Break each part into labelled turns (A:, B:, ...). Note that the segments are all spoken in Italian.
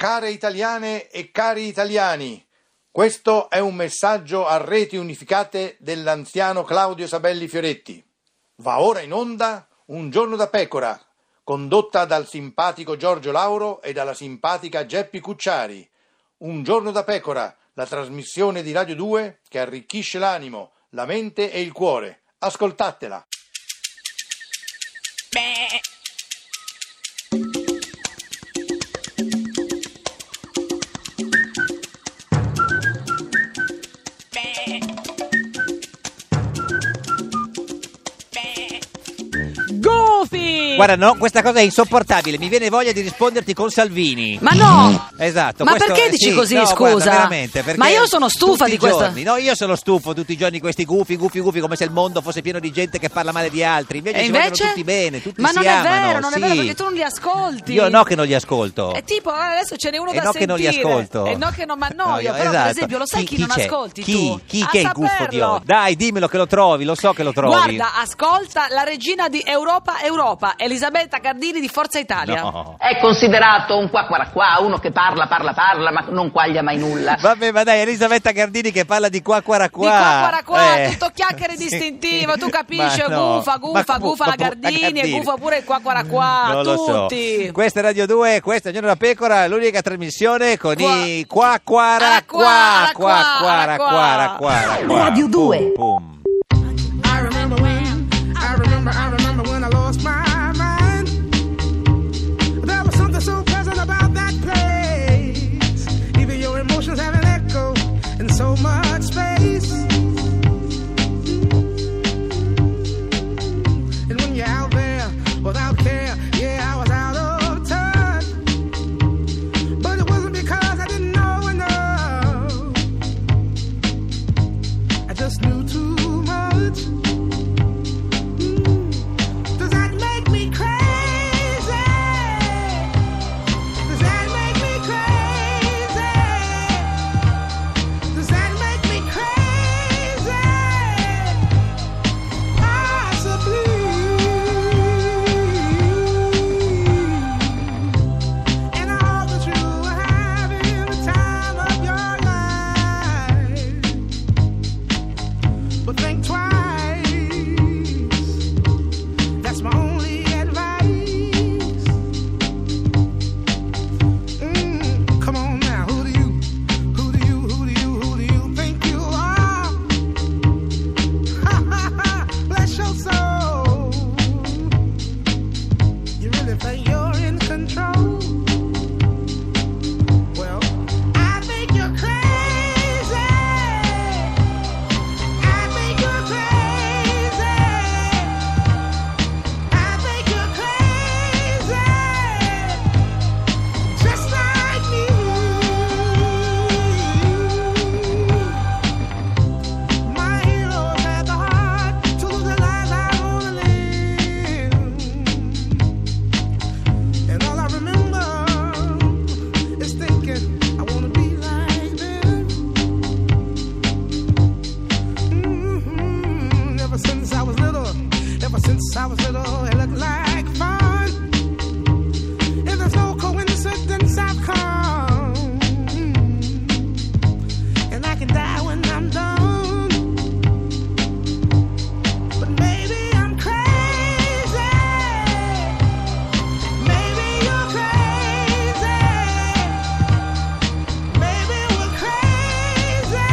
A: Care italiane e cari italiani, questo è un messaggio a reti unificate dell'anziano Claudio Sabelli Fioretti. Va ora in onda Un giorno da pecora, condotta dal simpatico Giorgio Lauro e dalla simpatica Geppi Cucciari. Un giorno da pecora, la trasmissione di Radio 2 che arricchisce l'animo, la mente e il cuore. Ascoltatela.
B: Gofi!
C: Guarda, no, questa cosa è insopportabile. Mi viene voglia di risponderti con Salvini.
B: Ma no!
C: Esatto.
B: Ma
C: questo-
B: perché
C: eh,
B: dici
C: sì,
B: così,
C: no,
B: scusa?
C: guarda, veramente, perché
B: Ma io sono stufa
C: tutti
B: di
C: i
B: questa-
C: giorni- no, io sono stufo tutti i giorni questi gufi, gufi, gufi, come se il mondo fosse pieno di gente che parla male di altri. Invece,
B: E
C: ci
B: invece?
C: vogliono tutti bene, tutti
B: Ma
C: si
B: non è
C: amano.
B: vero, non è
C: sì.
B: vero perché tu non li ascolti.
C: Io no che non li ascolto.
B: È tipo, ah, adesso ce n'è uno
C: E
B: da
C: no che
B: sentire.
C: non li ascolto.
B: E no che non mi annoio,
C: No, io-
B: però per
C: esatto.
B: esempio lo sai chi,
C: chi
B: non
C: c'è?
B: ascolti
C: chi?
B: tu?
C: Chi
B: A
C: che è il gufo di
B: saperlo.
C: oggi? Dai, dimmelo che lo trovi, lo so che lo trovi.
B: Guarda, ascolta la regina di Europa Europa, Elisabetta Cardini di Forza Italia.
C: No.
D: È considerato un qua qua qua, uno che parla, parla, parla, ma non quaglia mai nulla.
C: Vabbè, ma dai, Elisabetta Cardini che parla di qua, qua, qua.
B: Di qua, guarda qua,
C: Eh.
B: tutto chiacchiere
C: Sì.
B: distintivo, tu capisci,
C: Ma no.
B: gufa, gufa,
C: Ma come-
B: gufa
C: ma
B: la
C: pu-
B: Gardini, e gufa pure il qua, qua, qua,
C: non
B: tutti.
C: Lo so. Questa è Radio 2, questa è Giorno da Pecora, l'unica trasmissione con
B: Qua-
C: i qua, qua,
B: Alla
C: ra,
B: qua, alla
C: qua, qua,
B: qua,
C: qua,
B: alla
C: ra,
B: qua.
C: qua, ra, qua, ra, qua.
D: Radio
C: Pum,
D: 2.
C: pum.
E: I remember when, I remember, I remember when I lost my mind. There was something so pleasant about that place. Even your emotions have an echo in so much space. And when you're out there without care, yeah, I was out of touch. But it wasn't because I didn't know enough. I just knew too much. Does that make me crazy? Does that make me crazy? Does that make me crazy? Possibly. And I hope that you are having the time of your life. But think twice. That's my only advice. Mm, come on now, who do you, who do you, who do you, who do you think you are? Bless your soul. You really think you're in control? Well, I think you're crazy. I think you're crazy. I think you're crazy, just like me. My heroes had the heart to lose the lives I wanna live, and all I remember is thinking I wanna be like them. Mm-hmm. Ever since I was little, ever since I was little, it looked like fun. And there's no coincidence I've come. And I can die when I'm done. But maybe I'm crazy. Maybe you're crazy. Maybe we're crazy.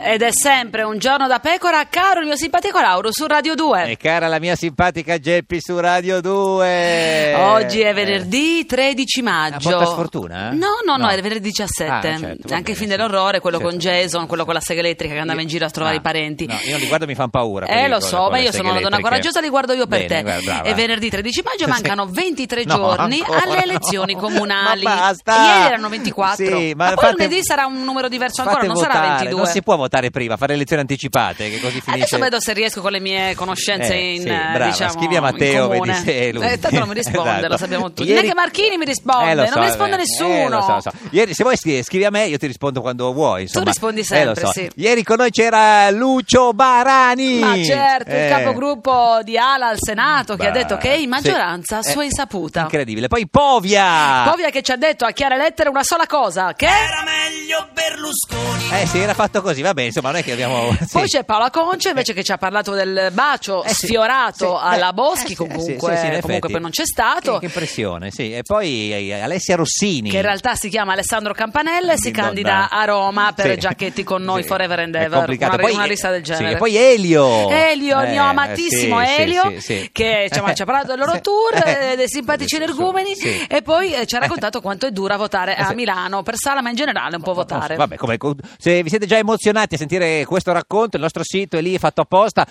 B: Ed è sempre un giorno da pecora, caro il mio simpatico Lauro su Radio 2.
C: E cara la mia simpatica Geppi su Radio Eh. 2.
B: Oggi è venerdì 13 maggio.
C: Una brutta sfortuna, eh?
B: No, no, no,
C: No.
B: è venerdì 17.
C: Ah, certo, va
B: Anche
C: bene,
B: il film
C: sì.
B: dell'orrore, quello
C: Certo.
B: con Jason, quello con la sega elettrica che andava in giro a trovare
C: Ah,
B: i parenti.
C: no, io non li guardo, mi fanno paura
B: Eh,
C: quelle
B: lo
C: cose
B: so,
C: con
B: ma
C: le
B: io
C: seghe
B: sono una donna
C: elettriche.
B: coraggiosa, li guardo io per
C: Bene,
B: te.
C: guarda, brava.
B: È venerdì 13 maggio, mancano 23
C: No,
B: giorni
C: ancora
B: alle
C: no.
B: elezioni comunali.
C: Ma basta.
B: Ieri erano 24.
C: Sì, ma
B: poi
C: fate-
B: lunedì sarà un numero diverso ancora,
C: fate
B: non
C: votare,
B: sarà 22.
C: Non si può votare votare prima, fare le elezioni anticipate, che così finisce.
B: Adesso vedo se riesco con le mie conoscenze
C: Eh,
B: in
C: sì,
B: eh,
C: brava,
B: diciamo,
C: scrivi a Matteo,
B: in comune.
C: vedi se lui-
B: Eh, tanto non mi risponde,
C: Esatto.
B: lo sappiamo tutti.
C: Ieri-
B: Neanche Marchini mi risponde,
C: Eh, lo
B: non
C: so,
B: mi risponde
C: eh,
B: nessuno.
C: eh, lo so, lo so. Ieri, se vuoi scri- scrivi a me, io ti rispondo quando vuoi. Insomma.
B: rispondi
C: Eh,
B: sempre,
C: lo so.
B: sì.
C: Ieri con noi c'era Lucio Barani.
B: Ma certo,
C: Eh.
B: il capogruppo di Ala al Senato che ha
C: Bah,
B: detto che è in maggioranza
C: sì.
B: a sua
C: Eh, ah.
B: insaputa.
C: Incredibile. Poi Povia.
B: Povia che ci ha detto a chiare lettere una sola cosa, che...
C: Eh, si era fatto così, vabbè, insomma, non è che abbiamo... sì.
B: Poi c'è Paola Concia invece che ci ha parlato del bacio
C: Eh sì,
B: sfiorato
C: sì,
B: alla
C: beh,
B: Boschi,
C: eh sì, eh sì,
B: comunque,
C: sì, sì, in
B: comunque
C: effetti.
B: poi non c'è stato.
C: Che, che impressione, sì. E poi eh, Alessia Rossini.
B: che in realtà si chiama Alessandro Campanella e si
C: Madonna.
B: candida a Roma per
C: Sì.
B: giacchetti con noi
C: Sì,
B: Forever and
C: è
B: Ever.
C: complicato.
B: Una,
C: Poi-
B: una lista del
C: sì,
B: genere.
C: e poi Elio.
B: Elio, il mio
C: Eh,
B: amatissimo
C: sì, sì,
B: Elio,
C: sì, sì.
B: che diciamo, ci ha parlato del loro
C: Sì.
B: tour,
C: Eh.
B: eh, dei simpatici
C: Adesso,
B: energumeni
C: sì.
B: e poi eh, ci ha raccontato quanto è dura votare
C: Eh,
B: a
C: sì. Oh,
B: Milano per Sala, ma in generale un po' votare.
C: Vabbè, come- se vi siete già emozionati a sentire questo racconto, il nostro sito è lì è fatto apposta,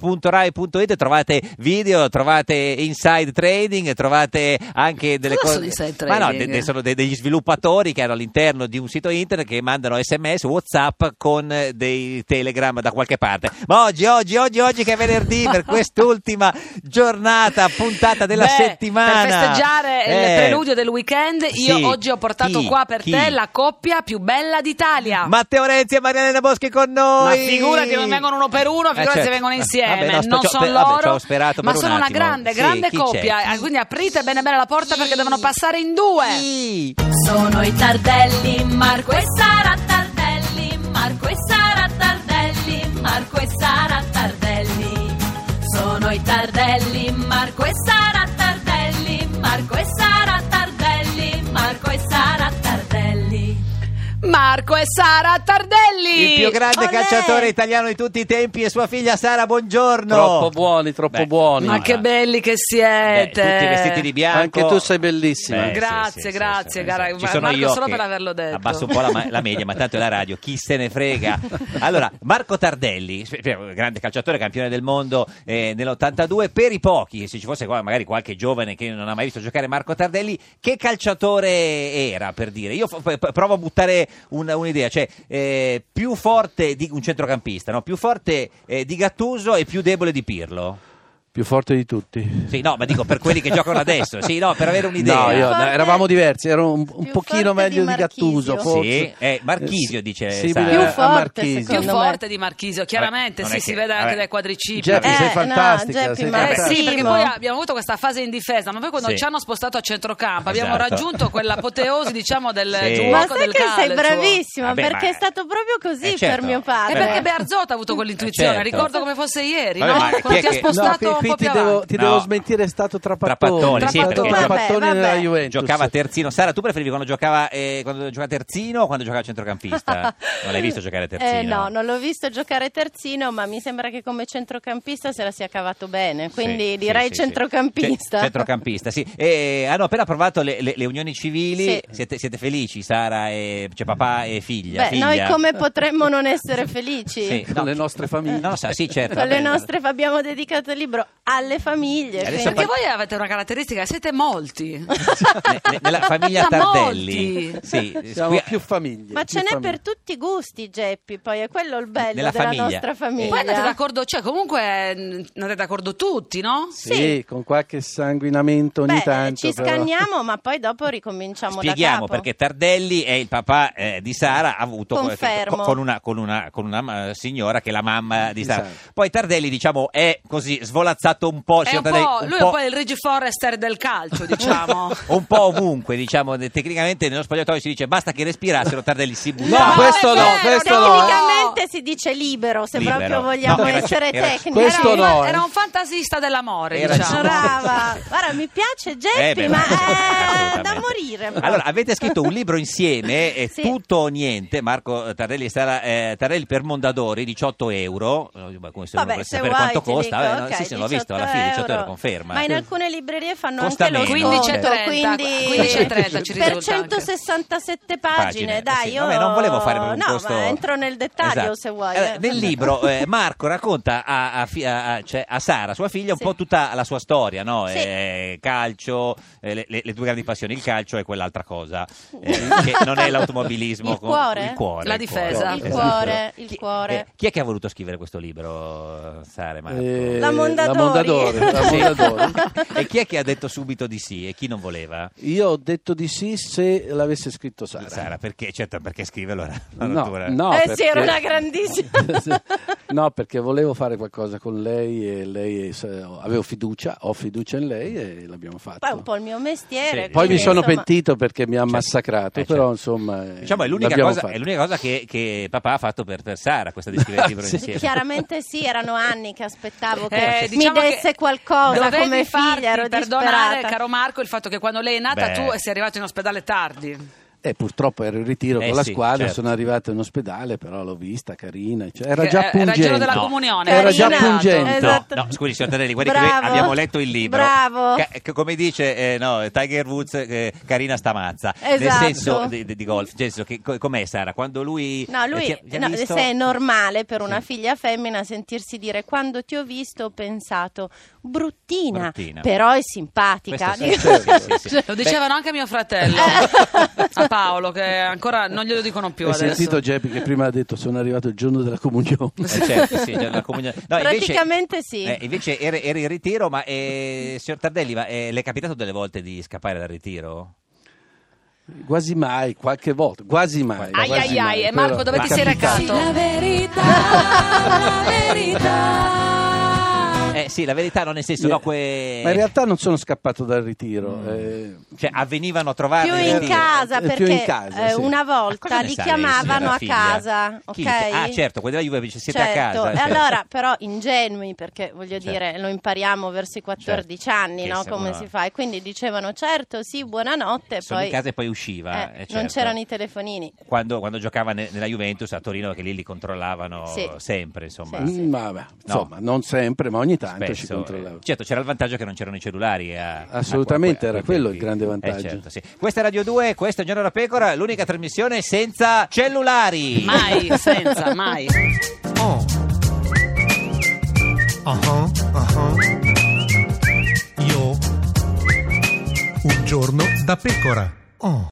C: ungiornapecora.rai.it, trovate video, trovate inside trading, trovate anche delle
B: Cosa
C: cose...
B: sono inside
C: Ma no,
B: trading?
C: de- de- sono de- degli sviluppatori che hanno all'interno di un sito internet che mandano sms, whatsapp con eh, dei telegram da qualche parte. Ma oggi, oggi, oggi, oggi che è venerdì per quest'ultima giornata, puntata della
B: Beh,
C: settimana.
B: Per festeggiare
C: Eh.
B: il preludio del weekend, io
C: Sì.
B: oggi ho portato
C: Chi?
B: qua per
C: Chi?
B: te la coppia più bella d'Italia.
C: Matteo Renzi e Marianella Boschi con noi.
B: Ah. Ma figurati, non vengono uno per uno, figurati
C: Eh, certo.
B: se vengono insieme.
C: Vabbè, no, spe-
B: non
C: ci ho-
B: sono
C: pe- vabbè, ci
B: loro,
C: ho sperato
B: ma
C: per un
B: sono una
C: attimo.
B: grande,
C: Sì,
B: grande
C: chi
B: coppia.
C: c'è?
B: Eh, Quindi aprite bene bene la porta perché devono passare in due.
C: Sì.
F: Sono i Tardelli, Marco e Sara Tardelli, Marco e Sara Tardelli, Marco e Sara Tardelli. Sono i Tardelli, Marco e Sara Tardelli, Marco e Sara Tardelli, Marco e Sara Tardelli.
B: Marco e Sara Tardelli.
C: Il più grande
B: Olè!
C: calciatore italiano di tutti i tempi e sua figlia Sara, buongiorno.
G: Troppo buoni, troppo
C: Beh,
G: buoni.
B: Ma che belli che
C: Beh,
B: siete.
C: tutti vestiti di bianco.
G: Anche tu sei
C: Beh,
G: bellissima.
C: sì,
B: Grazie,
C: sì, sì,
B: grazie,
C: sì, sì.
B: cara.
C: Ci
B: Ma-
C: sono
B: Marco,
C: io
B: solo
C: che
B: per averlo detto.
C: Abbasso un po' la, ma- la media, ma tanto è la radio, chi se ne frega. Allora, Marco Tardelli, sp- sp- grande calciatore, campione del mondo eh, nell'82, per i pochi, se ci fosse qua magari qualche giovane che non ha mai visto giocare Marco Tardelli, che calciatore era per dire? Io f- p- provo a buttare un- un'idea, cioè eh, più forte di un centrocampista, no? più forte eh, di Gattuso e più debole di Pirlo.
G: Più forte di tutti.
C: Sì, no, ma dico per quelli che giocano adesso, sì, no, per avere un'idea.
G: No, io-
H: Più forte-
G: eravamo diversi, ero un, un
H: più
G: pochino
H: forte
G: meglio
H: di
G: di, Gattuso,
H: Marchisio.
G: forse.
C: Sì, eh, Marchisio,
G: Eh,
C: dice
G: simile
C: Sara.
H: Più
G: a
H: forte,
G: Marchisio.
B: più
H: secondo me.
B: forte di Marchisio, chiaramente,
C: non
B: sì,
C: è
B: si
C: che-
B: vede anche
C: vabbè.
B: dai quadricipiti.
G: Geppi,
H: Eh,
G: sei
H: no,
G: fantastica.
H: Geppi,
G: sei
H: ma-
B: Eh
G: fantastica.
B: sì,
H: Primo.
B: perché poi abbiamo avuto questa fase in difesa, ma poi quando
C: Sì.
B: ci hanno spostato a centrocampo abbiamo
C: Esatto.
B: raggiunto quell'apoteosi, diciamo, del
C: Sì.
B: gioco
C: Eh,
H: Ma
B: del
H: sai che
B: calcio.
H: sei bravissimo
C: Vabbè,
H: perché
C: ma-
H: è stato proprio così
C: Eh, certo.
H: per mio
B: E
C: Eh,
H: padre.
B: perché
C: Beh.
B: Berzotta ha avuto quell'intuizione,
C: Certo.
B: ricordo come fosse ieri,
C: Vabbè,
B: no?
C: ma chi
B: Quando
C: è
B: ti ha
C: che-
B: spostato
G: No, qui,
B: un po'
G: qui
B: più
G: ti, devo,
B: avanti.
G: ti
C: No.
G: devo smentire, è stato Trapattoni.
C: Trapattoni, sì, perché
G: Trapattoni,
C: gioca-
G: Trapattoni
H: Vabbè,
G: nella
H: vabbè.
G: Juventus.
C: Giocava terzino. Sara, tu preferivi quando giocava, eh, quando giocava terzino o quando giocava centrocampista? non l'hai visto giocare terzino?
H: Eh, no, non l'ho visto giocare terzino, ma mi sembra che come centrocampista se la sia cavato bene, quindi
C: Sì,
H: direi
C: sì, sì, sì.
H: centrocampista.
C: Ce- centrocampista, sì. E hanno appena approvato le, le- le unioni civili.
H: Sì.
C: Siete, siete felici, Sara? E, cioè, papà e figlia?
H: Beh,
C: figlia?
H: noi come potremmo non essere felici?
C: Sì,
G: Con le nostre famiglie.
C: No, sa- sì, certo.
H: Con le
C: vabbè.
H: nostre abbiamo dedicato il libro alle famiglie.
C: Adesso
H: quindi-
B: Perché voi avete una caratteristica, siete molti.
C: Ne- ne- nella famiglia
B: Da
C: Tardelli.
B: molti.
C: Sì,
G: Siamo
C: qui-
G: più famiglie.
H: Ma
G: più
H: ce n'è
G: famiglie.
H: per tutti i gusti, Geppi, poi è quello il bello
C: Nella
H: della
C: famiglia. Eh.
H: nostra famiglia.
B: Poi andate d'accordo, cioè comunque mh, andate d'accordo tutti, no?
G: Sì, con qualche sanguinamento ogni
H: Beh,
G: tanto.
H: ci
G: però.
H: scanniamo, ma poi dopo ricominciamo da
C: Spieghiamo
H: capo.
C: perché Tardelli è il papà eh, di Sara, ha avuto que- che-
H: Confermo.
C: co- con una, con una- con una, eh, signora che è la mamma di Sara.
G: Esatto.
C: Poi Tardelli, diciamo, è così svolazzato un po'. il
B: È
C: signor
B: un
C: Tardelli,
B: po'- lui è un po' il Reggie Forrester del calcio, diciamo.
C: un po' ovunque, diciamo, ne- tecnicamente nello spogliatoio si dice basta che respirassero, Tardelli si
G: No,
C: buttava.
G: questo
B: non è
G: no,
B: vero,
G: questo no.
H: Tecnicamente si dice libero, se
C: Libero.
H: proprio vogliamo
C: No, era-
H: essere
C: era-
H: tecnici.
G: Questo
B: era, un,
G: no, eh.
B: era un fantasista dell'amore,
C: Era-
B: diciamo.
H: Brava, guarda mi piace
C: Eh,
H: Geppi,
C: beh,
H: ma è
C: assolutamente.
H: da morire. proprio.
C: Allora, avete scritto un libro insieme, è
H: Sì.
C: tutto o niente, Marco Tardelli e Sara eh, Tardelli per Mondadori, 18 euro. Eh, ma come se uno
H: Vabbè,
C: volesse
H: se
C: sapere
H: vuoi
C: quanto
H: ti
C: costa,
H: dico,
C: vabbè, no,
H: ok,
C: sì, sì, l'ho
H: 18
C: visto. visto, alla fine 18 euro conferma. eh.
H: Ma in alcune librerie fanno
C: Costa
H: anche lo
C: meno.
H: sconto,
B: 15,30,
H: quindi
B: 15,30 ci
H: per
B: risulta anche.
H: 167 pagine,
C: Pagine, Eh,
H: dai,
C: sì.
H: io
C: Vabbè, non volevo fare un
H: No,
C: costo-
H: ma entro nel dettaglio
C: Esatto.
H: se vuoi.
C: Allora,
H: eh.
C: nel libro eh, Marco racconta a, a fi- a- a- cioè, a Sara, sua figlia, un
H: Sì.
C: po' tutta la sua storia, no?
H: Sì.
C: Eh, calcio, eh, le, le- le due grandi passioni, il calcio e quell'altra cosa, eh, che non è l'automobilismo.
H: Il cuore?
C: il cuore,
B: La
C: il cuore,
B: difesa. Il
C: esatto.
H: cuore, il
C: Chi-
H: cuore.
C: eh, chi è che ha voluto scrivere questo libro, Sara e Marco?
G: Eh,
H: La Mondadori.
G: La Mondadori. la
C: Sì.
G: Mondadori.
C: e chi è che ha detto subito di sì e chi non voleva?
G: Io ho detto di sì se l'avesse scritto Sara.
C: Sara, perché, certo, perché scriverlo era una
G: No,
C: rottura.
G: no,
H: eh sì,
G: perché-
H: era una grandissima.
G: no, perché volevo fare qualcosa con lei e lei se- avevo fiducia, ho fiducia in lei e l'abbiamo fatto.
H: Poi è un po' il mio mestiere.
C: Sì.
G: Poi
H: quindi,
G: mi sono
H: insomma,
G: pentito perché mi ha
C: Certo.
G: massacrato,
C: Eh,
G: però
C: certo.
G: insomma... eh,
C: Diciamo, è l'unica
G: l'abbiamo
C: cosa,
G: fatto.
C: è l'unica cosa che, che papà ha fatto per, per Sara, questa di scrivere il libro
G: Sì.
C: insieme.
H: Chiaramente sì, erano anni che aspettavo che
B: Eh, diciamo
H: mi
B: che
H: desse qualcosa
B: dovevi
H: come
B: farti
H: figlia, ero
B: perdonare,
H: disperata.
B: caro Marco, il fatto che quando lei è nata
C: Beh.
B: tu sei arrivato in ospedale tardi.
G: Eh, purtroppo ero in ritiro
C: Eh
G: con la
C: sì,
G: squadra,
C: certo.
G: sono arrivato in ospedale, però l'ho vista, carina. cioè, era
B: Che
G: già
B: era- era il
G: pungente.
B: giorno della comunione,
G: Era già
B: carina.
G: pungente.
H: Esatto.
C: No, no, scusi, signor Tardelli, guardi che noi
H: Bravo.
C: abbiamo letto il libro.
H: Bravo.
C: Ca- che come dice eh, no, Tiger Woods, eh, carina sta mazza. Nel
H: Esatto.
C: senso di, di- di golf. Nel senso che, co- com'è Sara? Quando lui...
H: No, lui,
C: eh, ti ha- ti ha
H: no,
C: visto-
H: se è normale per una figlia femmina sentirsi dire quando ti ho visto ho pensato bruttina,
C: Bruttina.
H: però è simpatica.
C: Questo sì, sì, sì, sì, sì.
B: Lo dicevano anche mio fratello, a Paolo, che ancora non glielo dicono più
G: Hai
B: adesso.
G: sentito Geppi che prima ha detto sono arrivato il giorno della comunione.
C: Eh, certo, sì, già la comunione. No, invece-
H: Praticamente sì.
C: eh, invece era, era in ritiro, ma eh, signor Tardelli, ma eh, le è capitato delle volte di scappare dal ritiro?
G: Quasi mai, qualche volta, quasi mai.
B: Ai,
G: quasi
B: ai, ai,
G: mai,
B: e Marco,
G: però-
B: dove
C: Ma
B: ti sei
G: capita.
B: recato?
F: La verità, la verità.
C: Eh sì, la verità non nel senso, no, que-
G: Ma in realtà non sono scappato dal ritiro. eh,
C: cioè, avvenivano a trovarmi
H: più
C: al
H: in
C: ritiro.
H: casa
G: Eh, più
H: perché
G: in casa,
H: eh,
G: sì.
H: una
C: Cosa
H: volta
C: ne
H: li
C: sa lei,
H: chiamavano
C: signora
H: a
C: figlia?
H: casa,
C: Chi?
H: ok?
C: Ah, certo, quelli della Juve, siete a
H: Certo,
C: casa.
H: e
C: certo.
H: allora però ingenui perché voglio
C: Certo.
H: dire lo impariamo verso i 14
C: Certo.
H: anni
C: Che
H: no?
C: se
H: come
C: uno-
H: si fa e quindi dicevano certo sì buonanotte e
C: Sono
H: poi
C: in casa e poi usciva.
H: eh,
C: eh,
H: non
C: certo.
H: c'erano i telefonini
C: Quando, quando giocava ne- nella Juventus a Torino, che lì li controllavano
H: Sì.
C: sempre, insomma.
H: Sì, sì.
G: mm, vabbè, insomma, non sempre, ma ogni tanto ci
C: Spesso,
G: controllavo.
C: eh. certo, c'era il vantaggio che non c'erano i cellulari. eh, a-
G: Assolutamente,
C: a- a- a-
G: era
C: a- quei
G: quello
C: tempi.
G: il grande
C: Eh,
G: vantaggio.
C: certo, sì. Questa è Radio 2, questo è Giorno da Pecora, l'unica trasmissione senza cellulari.
B: Mai, senza, mai.
I: Oh. Ah ah Io. Un giorno da pecora. Oh.